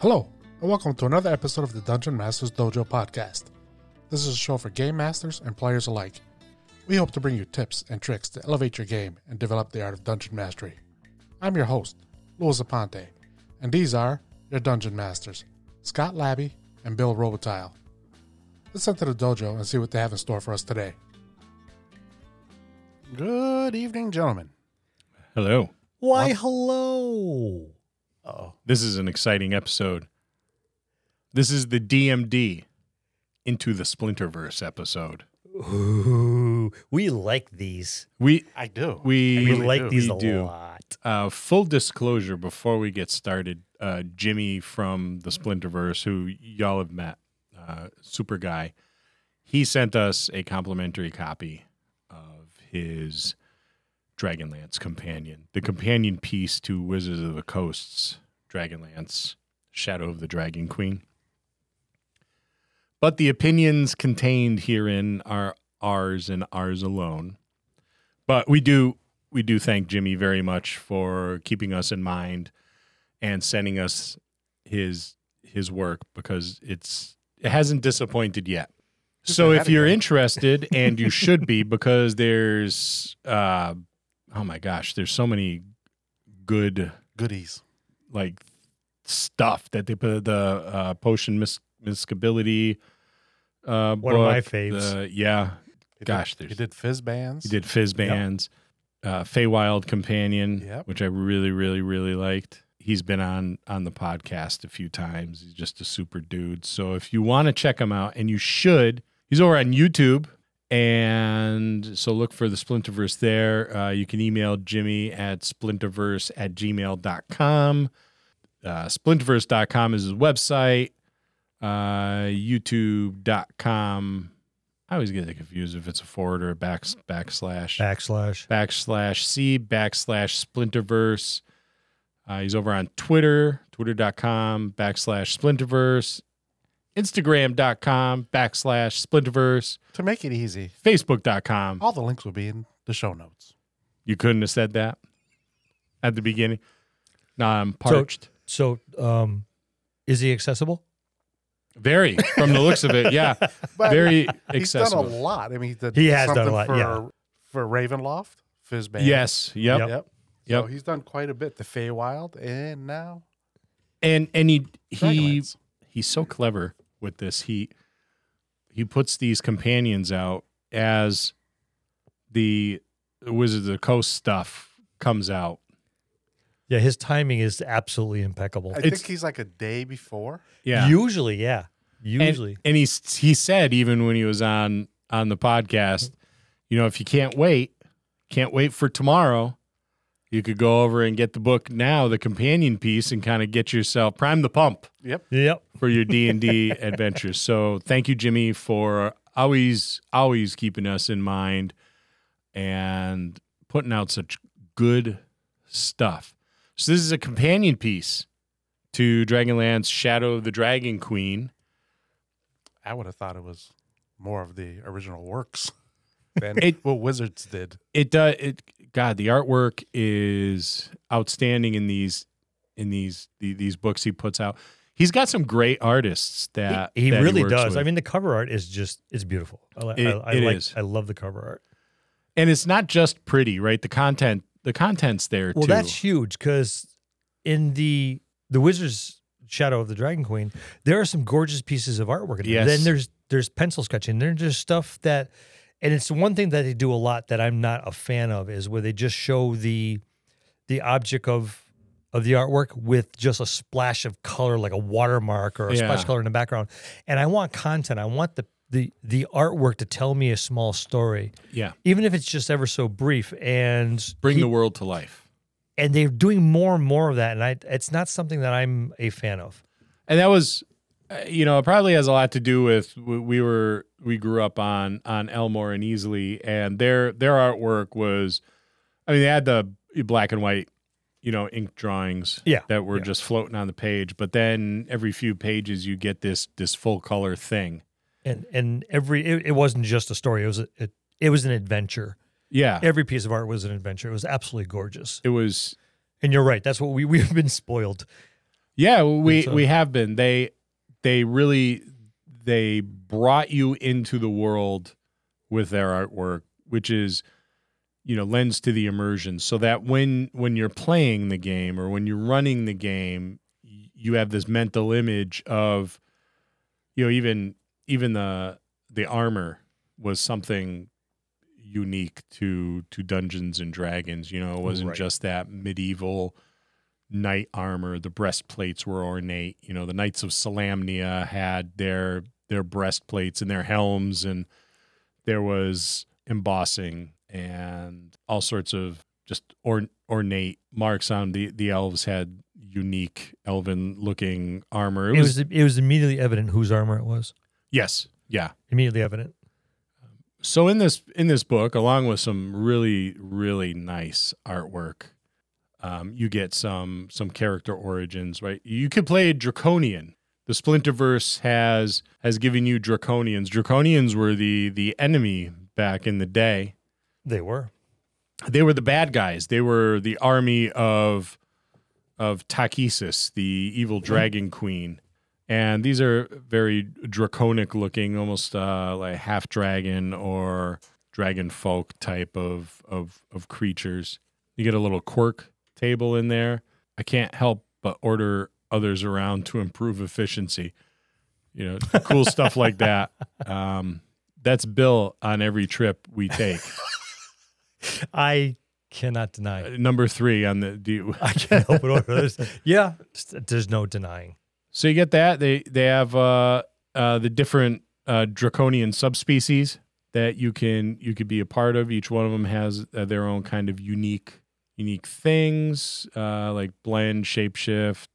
Hello, and welcome to another episode of the Dungeon Masters Dojo podcast. This is a show for game masters and players alike. We hope to bring you tips and tricks to elevate your game and develop the art of dungeon mastery. I'm your host, Louis Aponte, and these are your dungeon masters, Scott Labby and Bill Robotile. Let's enter the dojo and see what they have in store for us today. Good evening, gentlemen. Hello. Why, hello. Oh, This is an exciting episode. This is the DMD into the Splinterverse episode. Ooh, we like these. We I do. we We like these we a do. lot. Uh, full disclosure before we get started, uh, Jimmy from the Splinterverse, who y'all have met, uh, super guy, he sent us a complimentary copy of his Dragonlance companion, the companion piece to Wizards of the Coast's Dragonlance, Shadow of the Dragon Queen. But the opinions contained herein are ours and ours alone. But we do we do thank Jimmy very much for keeping us in mind and sending us his his work because it's it hasn't disappointed yet. So not if having you're one. interested, and you should be, because there's uh, oh my gosh, there's so many good Goodies. like stuff that they put the uh, potion mis- miscability. Uh, One of my book, faves. the- yeah, He did- Gosh, he there's- did fizz bands. he did Fizz Bands, uh, Feywild Companion, Yep. which I really, really, really liked. He's been on on the podcast a few times. He's just a super dude. So if you want to check him out, and you should, he's over on YouTube. And so look for the Splinterverse there. Uh, you can email Jimmy at splinterverse at gmail.com. Uh, splinterverse.com is his website. Uh, YouTube.com. I always get confused if it's a forward or a back, backslash Backslash. backslash C backslash Splinterverse. Uh, he's over on Twitter, twitter.com backslash Splinterverse, Instagram.com backslash Splinterverse, To make it easy, Facebook.com. all the links will be in the show notes. You couldn't have said that at the beginning. No, I'm parched. So, um, is he accessible? Very, from the looks of it. Yeah. But Very he's done a accessible. lot. I mean, he, did He has done a something lot, For, yeah. for Ravenloft, Fizz Band. Yes. Yep. Yep. Yep. Yep. So he's done quite a bit. The Feywild, and now And and he he Dragonlance. he's so clever with this. He he puts these companions out as the Wizards of the Coast stuff comes out. Yeah, his timing is absolutely impeccable. I it's- think he's like a day before. Yeah. Usually, yeah. and, Usually. And he s- he said even when he was on on the podcast, you know, if you can't wait, can't wait for tomorrow, you could go over and get the book now, the companion piece, and kind of get yourself prime the pump. Yep. yep. for your D and D adventures. So thank you, Jimmy, for always always keeping us in mind and putting out such good stuff. So this is a companion piece to Dragonlance: Shadow of the Dragon Queen. I would have thought it was more of the original works than It- what Wizards did. It does. It God, the artwork is outstanding in these in these the, these books he puts out. He's got some great artists that he he that really works does. with. I mean, the cover art is just, it's beautiful. I, li- It- I, I it like, is. I love the cover art. and it's not just pretty, right? The content, the content's there Well, too. that's huge because in the the Wizard's Shadow of the Dragon Queen, there are some gorgeous pieces of artwork. In Yes. there. Then there's there's pencil sketching. There's just stuff that, and it's one thing that they do a lot that I'm not a fan of is where they just show the the object of of the artwork with just a splash of color, like a watermark or a splash Yeah. of color in the background. And I want content. I want the the the artwork to tell me a small story, yeah. even if it's just ever so brief. And bring he- the world to life. and they're doing more and more of that and I, it's not something that i'm a fan of And that was, uh, you know, it probably has a lot to do with w- we were we grew up on on Elmore and Easley, and their their artwork was, I mean, they had the black and white, you know, ink drawings, Yeah, that were yeah. just floating on the page. But then every few pages, you get this this full color thing. and and every it, it wasn't just a story it was a, it, it was an adventure Yeah, every piece of art was an adventure it was absolutely gorgeous it was and you're right that's what we we've been spoiled Yeah, we It's, uh, we have been. They they really they brought you into the world with their artwork, which is you know lends to the immersion, so that when when you're playing the game or when you're running the game, y- you have this mental image of you know even even the the armor was something unique to to Dungeons and Dragons. You know, it wasn't Right. just that medieval knight armor. The breastplates were ornate. You know, the Knights of Salamnia had their their breastplates and their helms, and there was embossing and all sorts of just or, ornate marks on 'em. the the elves had unique elven looking armor. It was it was immediately evident whose armor it was. yes, yeah. Immediately evident. So in this in this book, along with some really really nice artwork, um, you get some some character origins. Right, you could play Draconian. The Splinterverse has has given you Draconians. Draconians were the the enemy back in the day. They were. They were the bad guys. They were the army of of Takisis, the evil dragon queen. And these are very draconic looking, almost uh, like half dragon or dragon folk type of, of of creatures. You get a little quirk table in there. I can't help but order others around to improve efficiency. You know, cool stuff like that. Um, that's Bill on every trip we take. I cannot deny. Uh, it. Number three on the do you, I can't help it. Over this. Yeah, there's no denying. So you get that they they have uh, uh, the different uh, draconian subspecies that you can you could be a part of. Each one of them has uh, their own kind of unique unique things uh, like blend, shapeshift,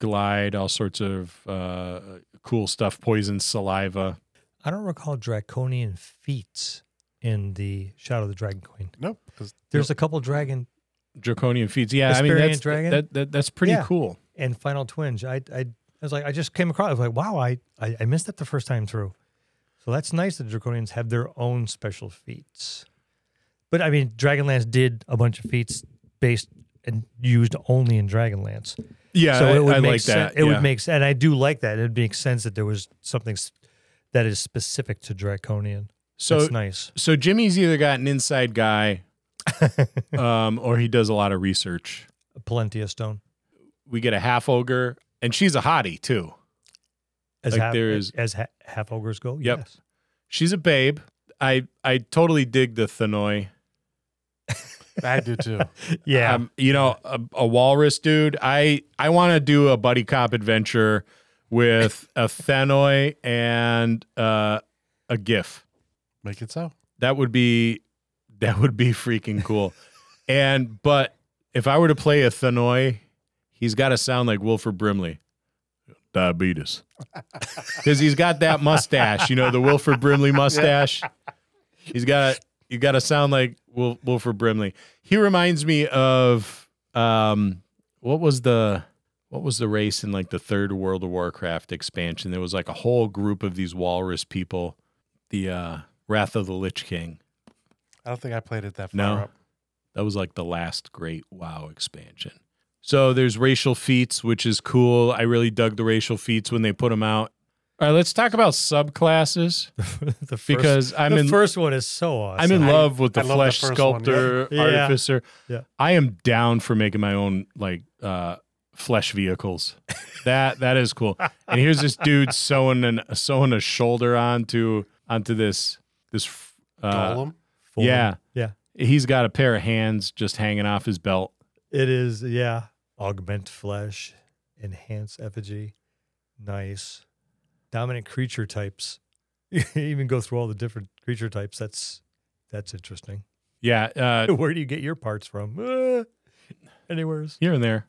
glide, all sorts of uh, cool stuff. Poison saliva. I don't recall draconian feats in the Shadow of the Dragon Queen. Nope. 'cause There's a couple dragon Draconian feeds, yeah. I mean, Hesperian that's dragon? That, that that's pretty Yeah. cool. and final twinge. I, I I was like I just came across. I was like, wow, I, I I missed that the first time through. So that's nice that draconians have their own special feats. But I mean, Dragonlance did a bunch of feats based and used only in Dragonlance. Yeah, so I, it would I make like sen- that. It yeah. would make sense, and I do like that. It makes sense that there was something s- that is specific to draconian. so that's nice. so Jimmy's either got an inside guy, um, or he does a lot of research. Palentia stone. we get a half ogre, and she's a hottie too. As Like half, there is- as ha- half ogres go. Yep. Yes. She's a babe. I I totally dig the Thanoi. I do too. Yeah. Um, you know, a, a walrus dude. I I want to do a buddy cop adventure with a Thanoi and uh, a GIF. Make it so. That would be that would be freaking cool. and but if I were to play a Thanoi, he's got to sound like Wilford Brimley. Diabetes. Because he's got that mustache, you know, the Wilford Brimley mustache. He's got you got to sound like Wil- Wilford Brimley. He reminds me of um, what was the what was the race in like the third World of Warcraft expansion? There was like a whole group of these walrus people, the uh, Wrath of the Lich King. I don't think I played it that far No. up. That was like the last great WoW expansion. So there's racial feats, which is cool. I really dug the racial feats when they put them out. All right, let's talk about subclasses the first, because I'm the in first one is so awesome. I'm in love with the I love the flesh first one, sculptor yeah. Yeah. artificer. Yeah. I am down for making my own like uh flesh vehicles. That that is cool. And here's this dude sewing an sewing a shoulder onto onto this this uh, Golem. Full on. yeah. Yeah. He's got a pair of hands just hanging off his belt. It is. Yeah. Augment flesh, enhance effigy, nice, dominant creature types. You even go through all the different creature types. That's that's interesting. Yeah, uh, Where do you get your parts from? Uh, anywheres. here and there.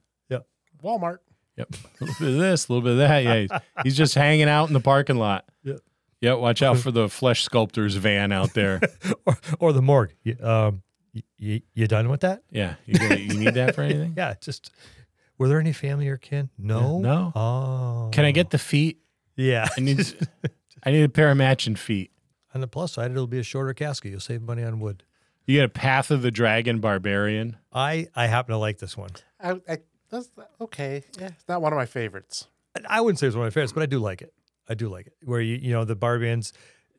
Walmart. Yep. A little bit of this, a little bit of that. Yeah. he's- He's just hanging out in the parking lot. Yep. Yeah, watch out for the flesh sculptor's van out there. or, or the morgue. You, um, you, you, you done with that? Yeah. You, gonna- you need that for anything? Yeah, just were there any family or kin? No, no. Oh, Can I get the feet? Yeah, I need I need a pair of matching feet. on the plus side, it'll be a shorter casket. You'll save money on wood. You get a Path of the Dragon Barbarian. I I happen to like this one. I, I That's okay. Yeah, it's not one of my favorites. I- I wouldn't say it's one of my favorites, but I do like it. I do like it. Where you you know the bar bands,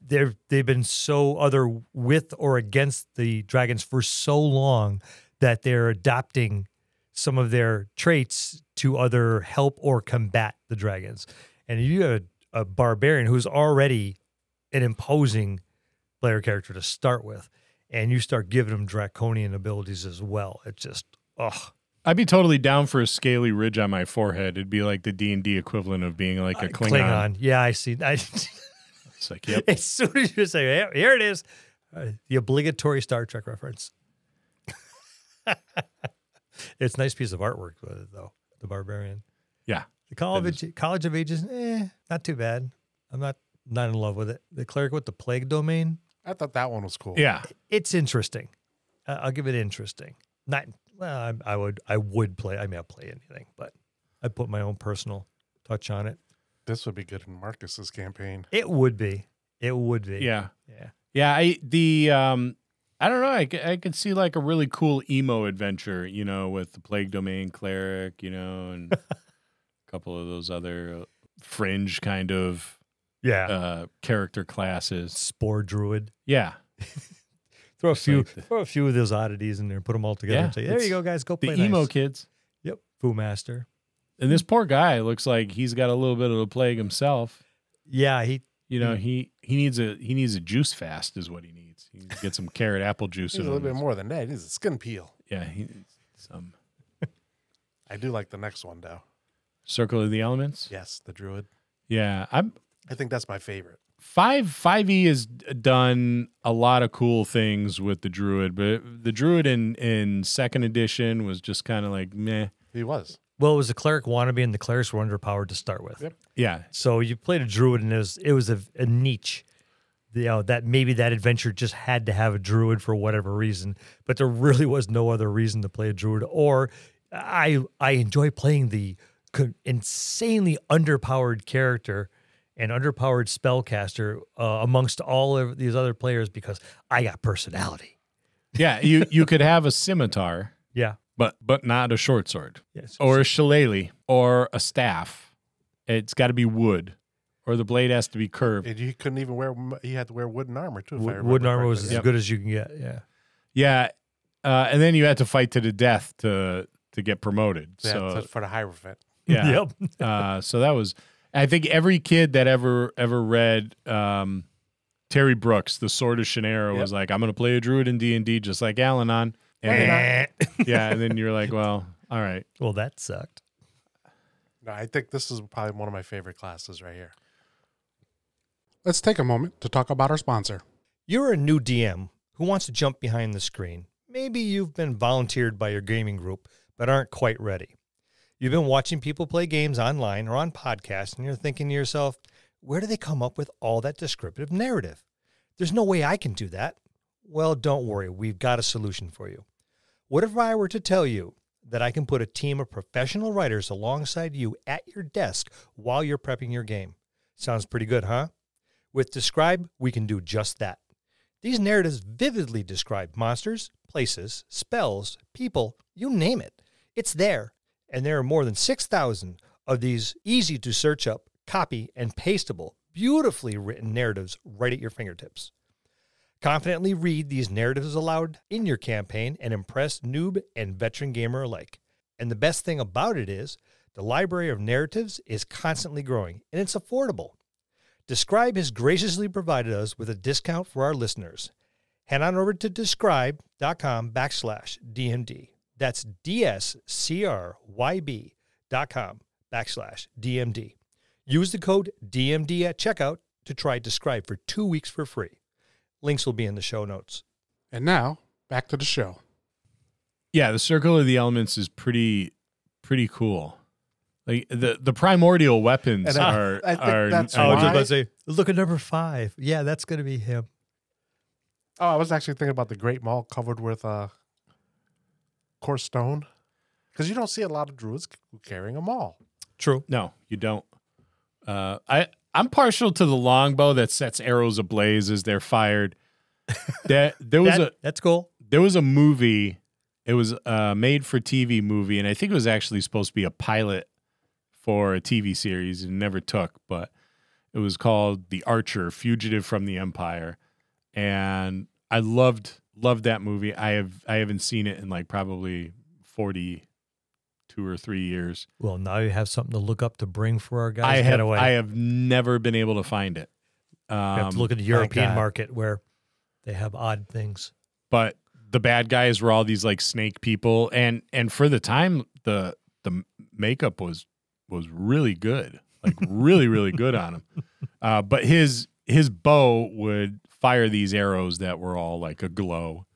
they've they've been so other with or against the dragons for so long that they're adopting some of their traits to other help or combat the dragons. And you have a, a barbarian who's already an imposing player character to start with, and you start giving him draconian abilities as well. It's just ugh. I'd be totally down for a scaly ridge on my forehead. It'd be like the D and D equivalent of being like Uh, a Klingon. Yeah, I see. I, It's like, yep, as soon as you say, "Here- here it is, uh, the obligatory Star Trek reference. it's a nice piece of artwork, uh, though. The Barbarian. Yeah, The College, of, College of Ages, eh, not too bad. I'm not not in love with it. The Cleric with the Plague Domain, I thought that one was cool. yeah. it's interesting. Uh, I'll give it interesting. Not well. I, I would I would play. I may not play anything, but I put my own personal touch on it. This would be good in Marcus's campaign. It would be. It would be. Yeah. Yeah. Yeah. I, the, um, I don't know. I, c- I could see like a really cool emo adventure, you know, with the Plague Domain cleric, you know, and a couple of those other fringe kind of Yeah. uh, character classes. Spore Druid. Yeah. Throw a Just few, like the- throw a few of those oddities in there, put them all together. Yeah, and say, there it's you go, guys. Go The play emo nice." kids. Yep, Foo Master. And Hmm. this poor guy looks like he's got a little bit of the plague himself. Yeah, he. You Hmm. know, he he needs a he needs a juice fast is what he needs. He needs to get some carrot apple juice. He's a in little him. bit more than that. He's a skin peel. Yeah, he needs some I do like the next one though. circle of the elements. Yes, the druid. Yeah, I'm I think that's my favorite. five five E has done a lot of cool things with the druid, but the druid in in second edition was just kind of like meh. He was. Well, it was a cleric wannabe, and the clerics were underpowered to start with. Yep. Yeah, So you played a druid, and it was it was a, a niche. You know that maybe that adventure just had to have a druid for whatever reason, but there really was no other reason to play a druid. Or I I enjoy playing the co- insanely underpowered character and underpowered spellcaster uh, amongst all of these other players because I got personality. yeah. You you could have a scimitar, Yeah. but but not a short sword. Yes. or a shillelagh or a staff. It's got to be wood, or the blade has to be curved. And he couldn't even wear. m- He had to wear wooden armor too. If I Wo- remember wooden armor was as correctly. good as you can get. Yeah. Yeah, uh, and then you had to fight to the death to to get promoted. Yeah, so that's for the hierophant. yeah, Yep. uh, so that was. I think every kid that ever ever read um, Terry Brooks, The Sword of Shannara, was like, "I'm going to play a druid in D and D, just like Alanon." And then, yeah, and then you're like, "Well, all right." well, that sucked. No, I think this is probably one of my favorite classes right here. Let's take a moment to talk about our sponsor. You're a new DM who wants to jump behind the screen. Maybe you've been volunteered by your gaming group, but aren't quite ready. You've been watching people play games online or on podcasts, and you're thinking to yourself, where do they come up with all that descriptive narrative? There's no way I can do that. Well, don't worry, we've got a solution for you. What if I were to tell you that I can put a team of professional writers alongside you at your desk while you're prepping your game? Sounds pretty good, huh? With Describe, we can do just that. These narratives vividly describe monsters, places, spells, people, you name it. It's there. And there are more than 6,000 of these easy to search up, copy, and pastable, beautifully written narratives right at your fingertips. Confidently read these narratives aloud in your campaign and impress noob and veteran gamer alike. And the best thing about it is, the library of narratives is constantly growing and it's affordable. Describe has graciously provided us with a discount for our listeners. Head on over to describe.com backslash DMD. That's DSCRYB dot com backslash DMD. Use the code DMD at checkout to try Describe for two weeks for free. Links will be in the show notes. And now back to the show. Yeah, the circle of the elements is pretty pretty cool. Like the the primordial weapons And I- are I think are, that's are why- just- to say, look at number five. Yeah, that's going to be him. Oh, I was actually thinking about the Great Mall covered with uh, coarse stone, because you don't see a lot of druids c- carrying a maul. True. no, you don't. Uh, I I'm partial to the longbow that sets arrows ablaze as they're fired. That there was That- a that's cool. there was a movie It was a made for TV movie, and I think it was actually supposed to be a pilot for a TV series and never took, but it was called The Archer Fugitive from the Empire. And I loved loved that movie. I have I haven't seen it in like probably 42 or 3 years. Well, now you have something to look up to bring for our guys. I have Getaway. I have never been able to find it. You have Um, to look at the European God. market where they have odd things. but the bad guys were all these like snake people and and for the time the the makeup was was really good like really really good on him uh but his his bow would fire these arrows that were all like aglow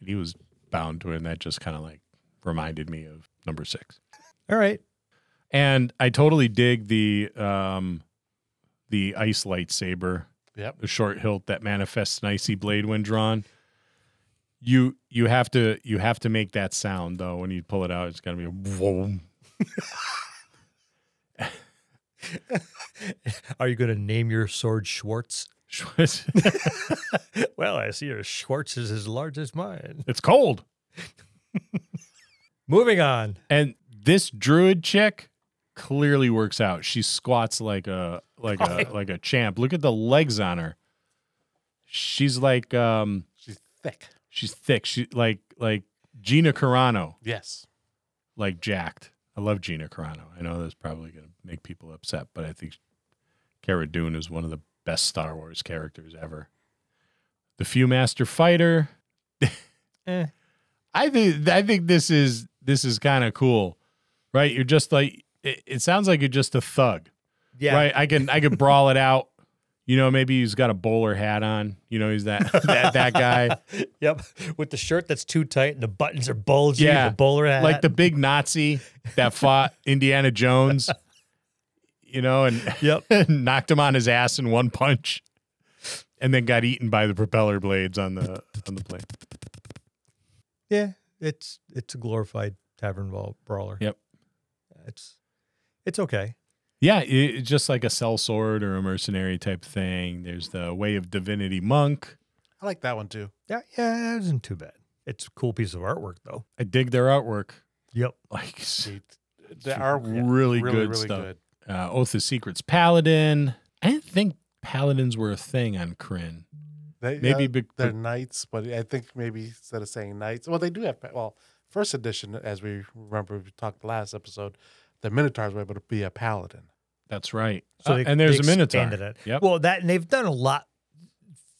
and he was bound to it and that just kind of like reminded me of number six All right. and i totally dig the um the ice lightsaber Yep. the short hilt that manifests an icy blade when drawn. You you have to you have to make that sound though when you pull it out. It's gonna be a boom. Are you going to name your sword Schwartz? it's well, I see your Schwartz is as large as mine. cold. Moving on. And this druid chick clearly works out. She squats like a like a like a champ. Look at the legs on her. She's like um She's thick. she's thick. She like like Gina Carano. Yes. like jacked. I love Gina Carano. I know that's probably going to make people upset, but I think Cara Dune is one of the best Star Wars characters ever. The Few Master Fighter. Eh. I think I think this is this is kind of cool, right? You're just like it, it sounds like you're just a thug, Yeah. right? I can I can brawl it out. You know, maybe he's got a bowler hat on. You know, he's that that, that guy. Yep. With the shirt that's too tight and the buttons are bulgy. Yeah. The bowler hat. like the big Nazi that fought Indiana Jones, you know, and Yep. knocked him on his ass in one punch, and then got eaten by the propeller blades on the on the plane. Yeah. It's it's a glorified tavern brawl- brawler. Yep. It's it's okay. Yeah, i- it's just like a cell sword or a mercenary type thing. There's the Way of Divinity monk. I like that one too. Yeah. Yeah. It isn't too bad. It's a cool piece of artwork though. I dig their artwork. Yep. Like s- She, there are really good stuff. uh, Oath of Secrets Paladin. I didn't think paladins were a thing on Kryn. They, Maybe uh, big they're knights, but I think maybe instead of saying knights, well, they do have. Well, first edition, as we remember, we talked the last episode, the minotaurs were able to be a paladin. That's right. So Uh, they- and there's they a minotaur. expanded it. Yep. Well, that and they've done a lot.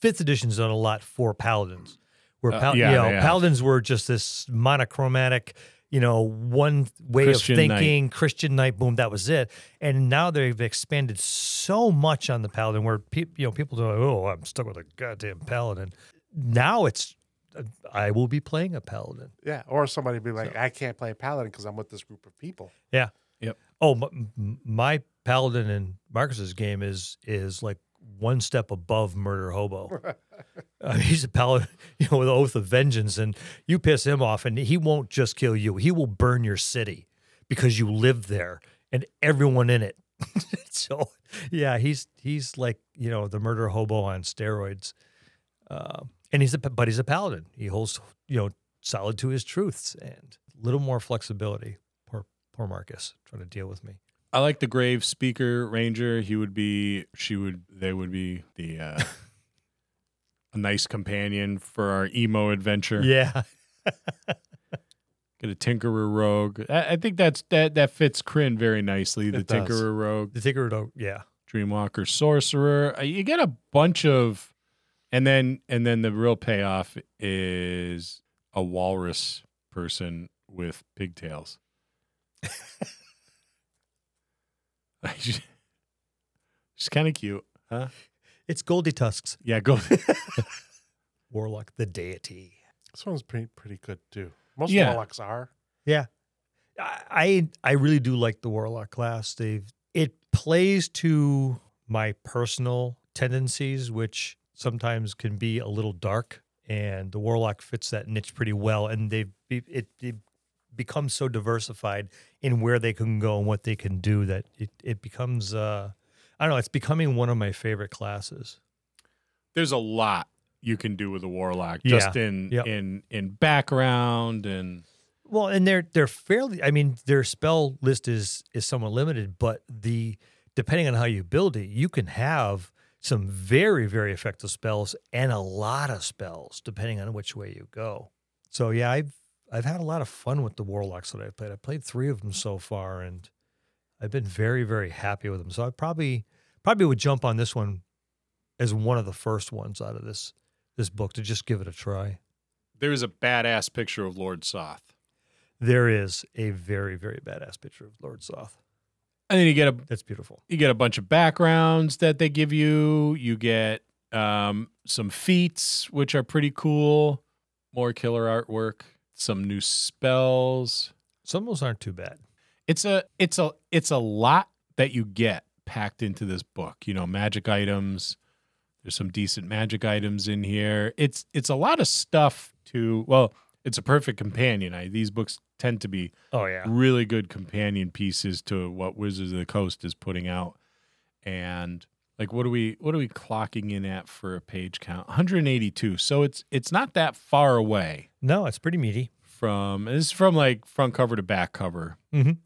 Fifth edition's done a lot for paladins, where Uh, pal- yeah, you know, they have. paladins were just this monochromatic, you know, one way Christian of thinking, Christian knight, boom, that was it. And now they've expanded so much on the paladin, where pe- you know people are like, oh, I'm stuck with a goddamn paladin. Now it's, uh, I will be playing a paladin. Yeah, or somebody be like, I can't play paladin because I'm with this group of people. Oh, m- m- my paladin in Marcus's game is is like one step above murder hobo. I mean, he's a paladin, you know, with an oath of vengeance, and you piss him off, and he won't just kill you; he will burn your city because you live there and everyone in it. so, yeah, he's he's like you know the murder hobo on steroids, uh, and he's a pa- but he's a paladin. He holds you know solid to his truths and a little more flexibility. Poor poor Marcus trying to deal with me. I like the grave speaker ranger. He would be, she would, they would be the uh, a nice companion for our emo adventure. Yeah, Get a tinkerer rogue. I, I think that's that that fits Kryn very nicely. The It does. tinkerer rogue, the Tinkerer Dog. Yeah, dreamwalker sorcerer. Uh, You get a bunch of, and then and then the real payoff is a walrus person with pigtails. She's kind of cute. it's Goldie Tusks Yeah, go. Warlock, the deity. This one's pretty pretty good too. Most Yeah. warlocks are. I I really do like the Warlock class. They've it plays to my personal tendencies, which sometimes can be a little dark, and the Warlock fits that niche pretty well. And they've be- it. it becomes so diversified in where they can go and what they can do that it, it becomes uh i don't know it's becoming one of my favorite classes There's a lot. you can do with a warlock Yeah. just in Yep. in in background and Well, and they're they're fairly. I mean, their spell list is is somewhat limited, but the depending on how you build it, you can have some very very effective spells and a lot of spells depending on which way you go. So yeah, I've I've had a lot of fun with the warlocks that I've played. I've played three of them so far, and I've been very very happy with them. So I probably probably would jump on this one as one of the first ones out of this this book to just give it a try. there is a badass picture of Lord Soth. There is a very, very badass picture of Lord Soth. And then you get a That's beautiful. you get a bunch of backgrounds that they give you. You get um, some feats, which are pretty cool. More killer artwork, some new spells. Some of those aren't too bad. It's a it's a it's a lot that you get packed into this book. You know, magic items. There's some decent magic items in here. It's it's a lot of stuff to well. It's a perfect companion. I, these books tend to be Oh yeah. really good companion pieces to what Wizards of the Coast is putting out. And like what are we what are we clocking in at for a page count? 182. So it's it's not that far away No, it's pretty meaty. from this is from like front cover to back cover. Mhm.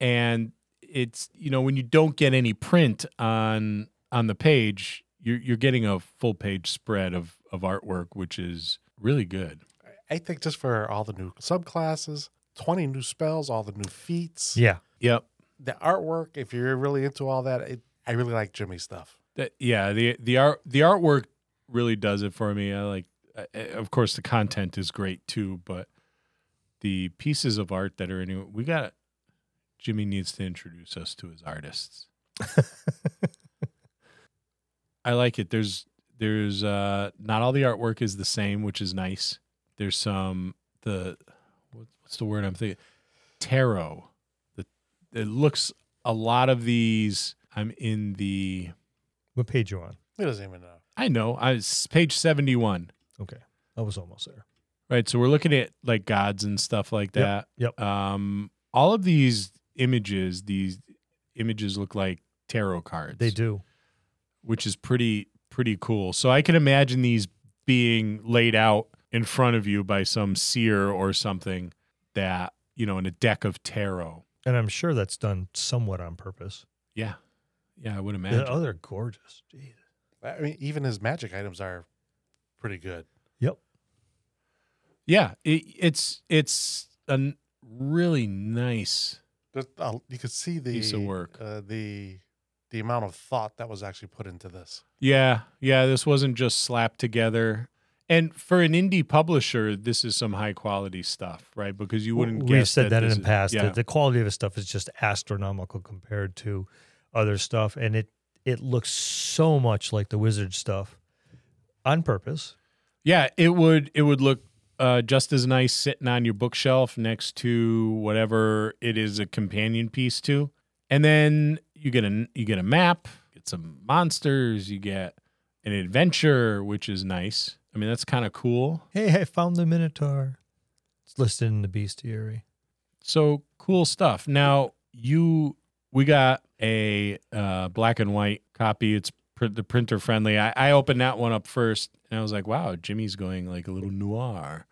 And it's you know when you don't get any print on on the page, you're you're getting a full page spread of of artwork which is really good. I think just for all the new subclasses, 20 new spells, all the new feats, Yeah. Yep. the artwork, if you're really into all that, it, I really like Jimmy's stuff. That, yeah, the the art the artwork really does it for me. I like, I, I- of course, the content is great too, but the pieces of art that are in it, we got. Jimmy needs to introduce us to his artists. I like it. There's there's uh not all the artwork is the same, which is nice. There's some the what, what's the word I'm thinking tarot. The it looks a lot of these. I'm in the What page you on? He doesn't even know. I know. I was page 71. Okay. I was almost there. Right. So we're looking at like gods and stuff like that. Yep, Um all of these images, these images look like tarot cards. They do. Which is pretty pretty cool. So I can imagine these being laid out in front of you by some seer or something that, you know, in a deck of tarot. And I'm sure that's done somewhat on purpose. Yeah. Yeah, I would imagine. Yeah, Oh, they're gorgeous. Jeez. I mean, even his magic items are pretty good. Yeah, it, it's it's a really nice Just, uh, you could see the Piece of work. uh, the the amount of thought that was actually put into this. Yeah, yeah, this wasn't just slapped together. And for an indie publisher, this is some high quality stuff, right? Because you wouldn't We've guess said that, in this the past. Is, that yeah, the quality of his stuff is just astronomical compared to other stuff, and it it looks so much like the wizard stuff on purpose. yeah, it would it would look uh, just as nice sitting on your bookshelf next to whatever it is a companion piece to. And then you get a you get a map, get some monsters, you get an adventure, which is nice. I mean, that's kind of cool. Hey, I found the Minotaur. It's listed in the bestiary. So cool stuff. Now you, we got a uh, black and white copy. It's pr- the printer friendly. I, I opened that one up first, and I was like, "Wow, Jimmy's going like a little noir.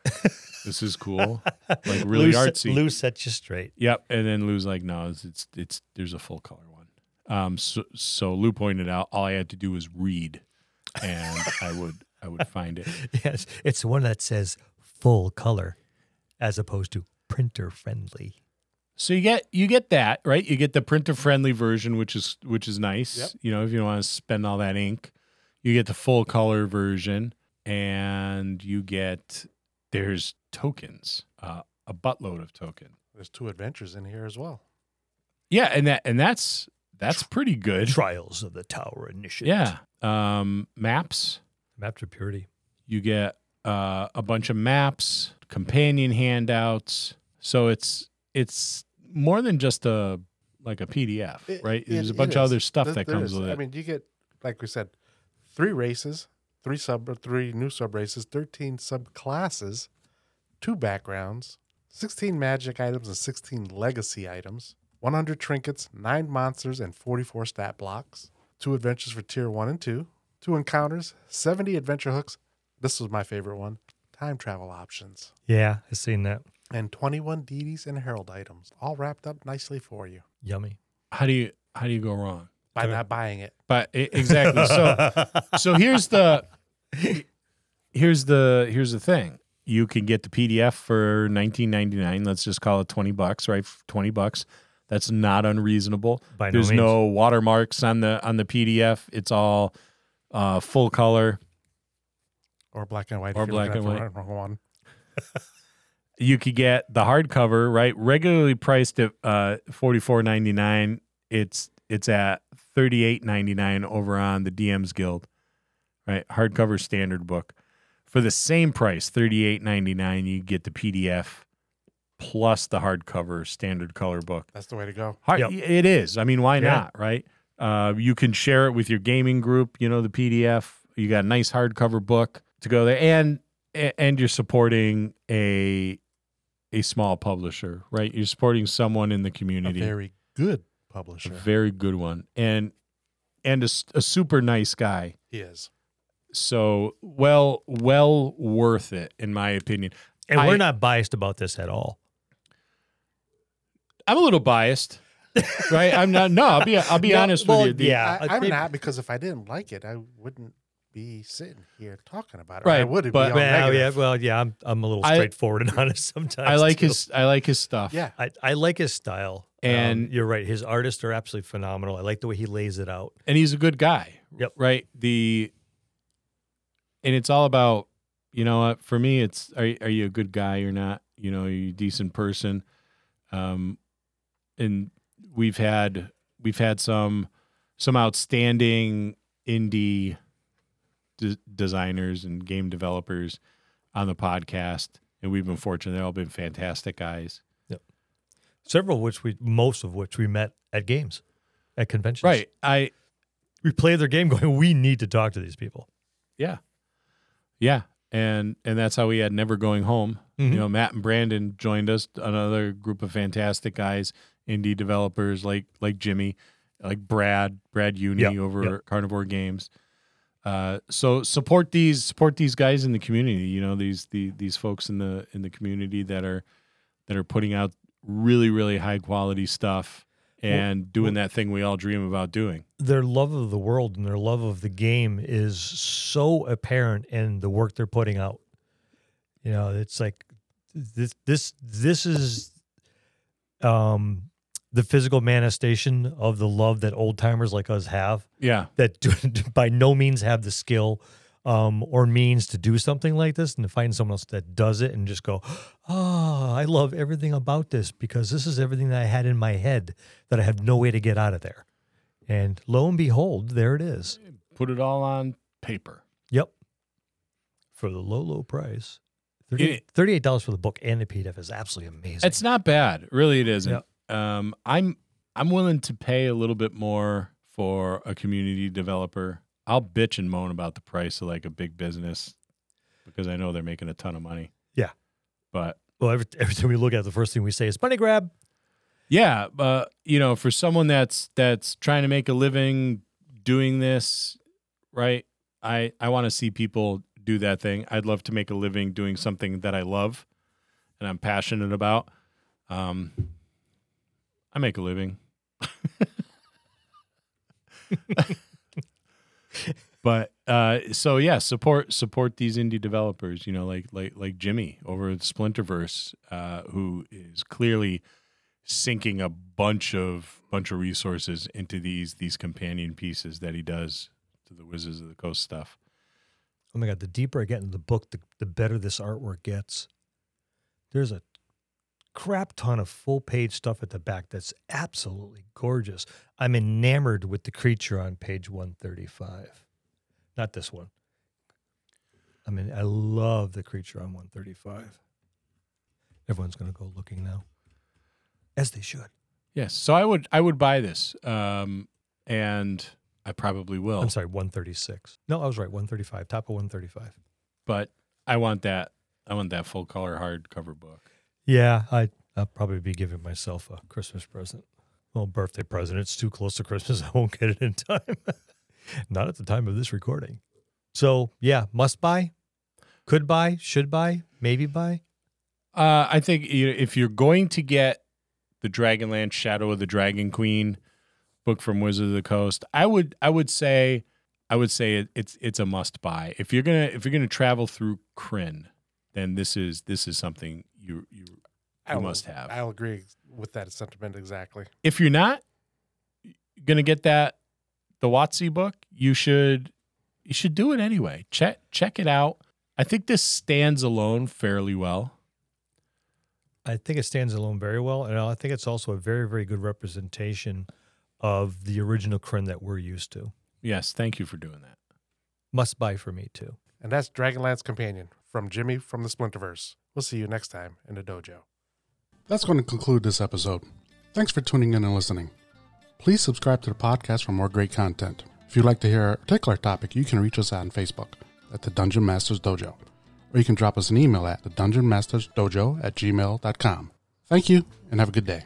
this is cool, like really Lou set- artsy." Lou set you straight. Yep. And then Lou's like, "No, it's it's, it's there's a full color one." Um. So, so Lou pointed out all I had to do was read, and I would I would find it. Yes, it's the one that says full color as opposed to printer friendly. So you get you get that right. You get the printer friendly version, which is which is nice. Yep. You know, if you don't want to spend all that ink, you get the full color version, and you get there's tokens, uh, a buttload of token. There's two adventures in here as well. Yeah, and that and that's that's pretty good. Trials of the Tower Initiative. Yeah, um, maps. Map to Purity. You get uh, a bunch of maps, companion handouts. So it's it's more than just a like a PDF, It- right? it- There's a it bunch of is. other stuff There- that there comes is. with it. I mean, you get like we said, three races, three sub, three new sub races, thirteen subclasses, two backgrounds, sixteen magic items, and sixteen legacy items, one hundred trinkets, nine monsters, and forty-four stat blocks. Two adventures for tier one and two, two encounters, 70 adventure hooks. This was my favorite one time travel options, Yeah, I've seen that. and 21 deities and herald items, all wrapped up nicely for you Yummy. How do you how do you go wrong? by Okay. not buying it. But e- exactly. So so here's the here's the here's the thing. You can get the PDF for 19.99. Let's just call it 20 bucks, right? 20 bucks. That's not unreasonable. By no There's means. no watermarks on the on the PDF. It's all uh, full color. Or black and white. Or if you're looking black at and the white. right- wrong one. You could get the hardcover, right? Regularly priced at uh, 44.99. It's it's at 38.99 over on the DM's Guild, right? Hardcover standard book for the same price, 38.99. You get the PDF plus the hardcover standard color book. That's the way to go. Hard, Yep. It is. I mean, why Yeah. not, right? Uh, you can share it with your gaming group. You know, the PDF. You got a nice hardcover book to go there, and and you're supporting a a small publisher, right? You're supporting someone in the A community, very good A publisher. very good one, and and a, s- a super nice guy. he is. So well, well worth it, in my opinion. and I- we're not biased about this at all. I'm a little biased, right? I'm not. No, I'll be. I'll be No, honest well, with you. The- yeah, I, I'm it- not because if I didn't like it, I wouldn't be sitting here talking about it. I Right, would but- be all Well, yeah, negative. well, yeah. I'm I'm a little I- straightforward and honest sometimes. I like too. his. I like his stuff. yeah. I, I like his style. Um, And- you're right. His artists are absolutely phenomenal. I like the way he lays it out. and he's a good guy. Yep. Right. The and it's all about you know what for me it's are are you a good guy or not? You know, are you a decent person? Um, and we've had we've had some some outstanding indie de- designers and game developers on the podcast, and we've been fortunate. They've all been fantastic guys. Several of which we, most of which we met at games, at conventions. Right. I We play their game, going. We need to talk to these people. Yeah. Yeah. And and that's how we had Never Going Home. Mhm. You know, Matt and Brandon joined us, another group of fantastic guys, indie developers like like Jimmy, like Brad, Brad Uni Yep, over yep. Carnivore Games. Uh, so support these support these guys in the community, you know, these the these folks in the in the community that are that are putting out really, really high quality stuff and doing that thing we all dream about doing. Their love of the world and their love of the game is so apparent in the work they're putting out. You know, it's like this this this is um the physical manifestation of the love that old timers like us have. Yeah. that do, by no means have the skill um, or means to do something like this and to find someone else that does it and just go, oh, I love everything about this because this is everything that I had in my head that I have no way to get out of there. And lo and behold, there it is. Put it all on paper. Yep. For the low, low price. It- 38 $38 for the book and the PDF is absolutely amazing. It's not bad, really. It isn't. Yep. Um, I'm I'm willing to pay a little bit more for a community developer. I'll bitch and moan about the price of like a big business because I know they're making a ton of money. Yeah. but well, every, every time we look at it, the first thing we say is money grab. yeah, but you know, for someone that's that's trying to make a living doing this, right? I I want to see people do that thing. I'd love to make a living doing something that I love and I'm passionate about. Um, I make a living, but uh, so yeah, support support these indie developers. You know, like like like Jimmy over at Splinterverse, uh, who is clearly sinking a bunch of bunch of resources into these these companion pieces that he does to the Wizards of the Coast stuff. Oh my God, the deeper I get into the book, the, the better this artwork gets. There's a crap ton of full page stuff at the back that's absolutely gorgeous. I'm enamored with the creature on page 135. Not this one. I mean, I love the creature on 135. Everyone's going to go looking now, as they should. Yes, so I would I would buy this, um, and I probably will. I'm sorry, 136. No, I was right, 135, top of 135. but I want that. I want that full color hardcover book. Yeah, I, I'll probably be giving myself a Christmas present. Well, birthday present. It's too close to Christmas. I won't get it in time. Not at the time of this recording. So yeah, must buy, could buy, should buy, maybe buy. Uh, I think you know, if you're going to get the Dragonlance Shadow of the Dragon Queen book from Wizard of the Coast, I would I would say I would say it, it's it's a must buy. If you're gonna if you're gonna travel through Kryn, then this is this is something you you you must have. I'll agree with that sentiment exactly. if you're not gonna get that the Watsy book, you should you should do it anyway. Check check it out. I think this stands alone fairly well. I think it stands alone very well, and I think it's also a very very good representation of the original Kryn that we're used to. Yes, thank you for doing that. Must buy for me too. And that's Dragonlance Companion from Jimmy from the Splinterverse. We'll see you next time in the dojo. That's going to conclude this episode. Thanks for tuning in and listening. Please subscribe to the podcast for more great content. If you'd like to hear a particular topic, you can reach us on Facebook at the Dungeon Masters Dojo, or you can drop us an email at the Dungeon Masters Dojo at gmail.com. Thank you and have a good day.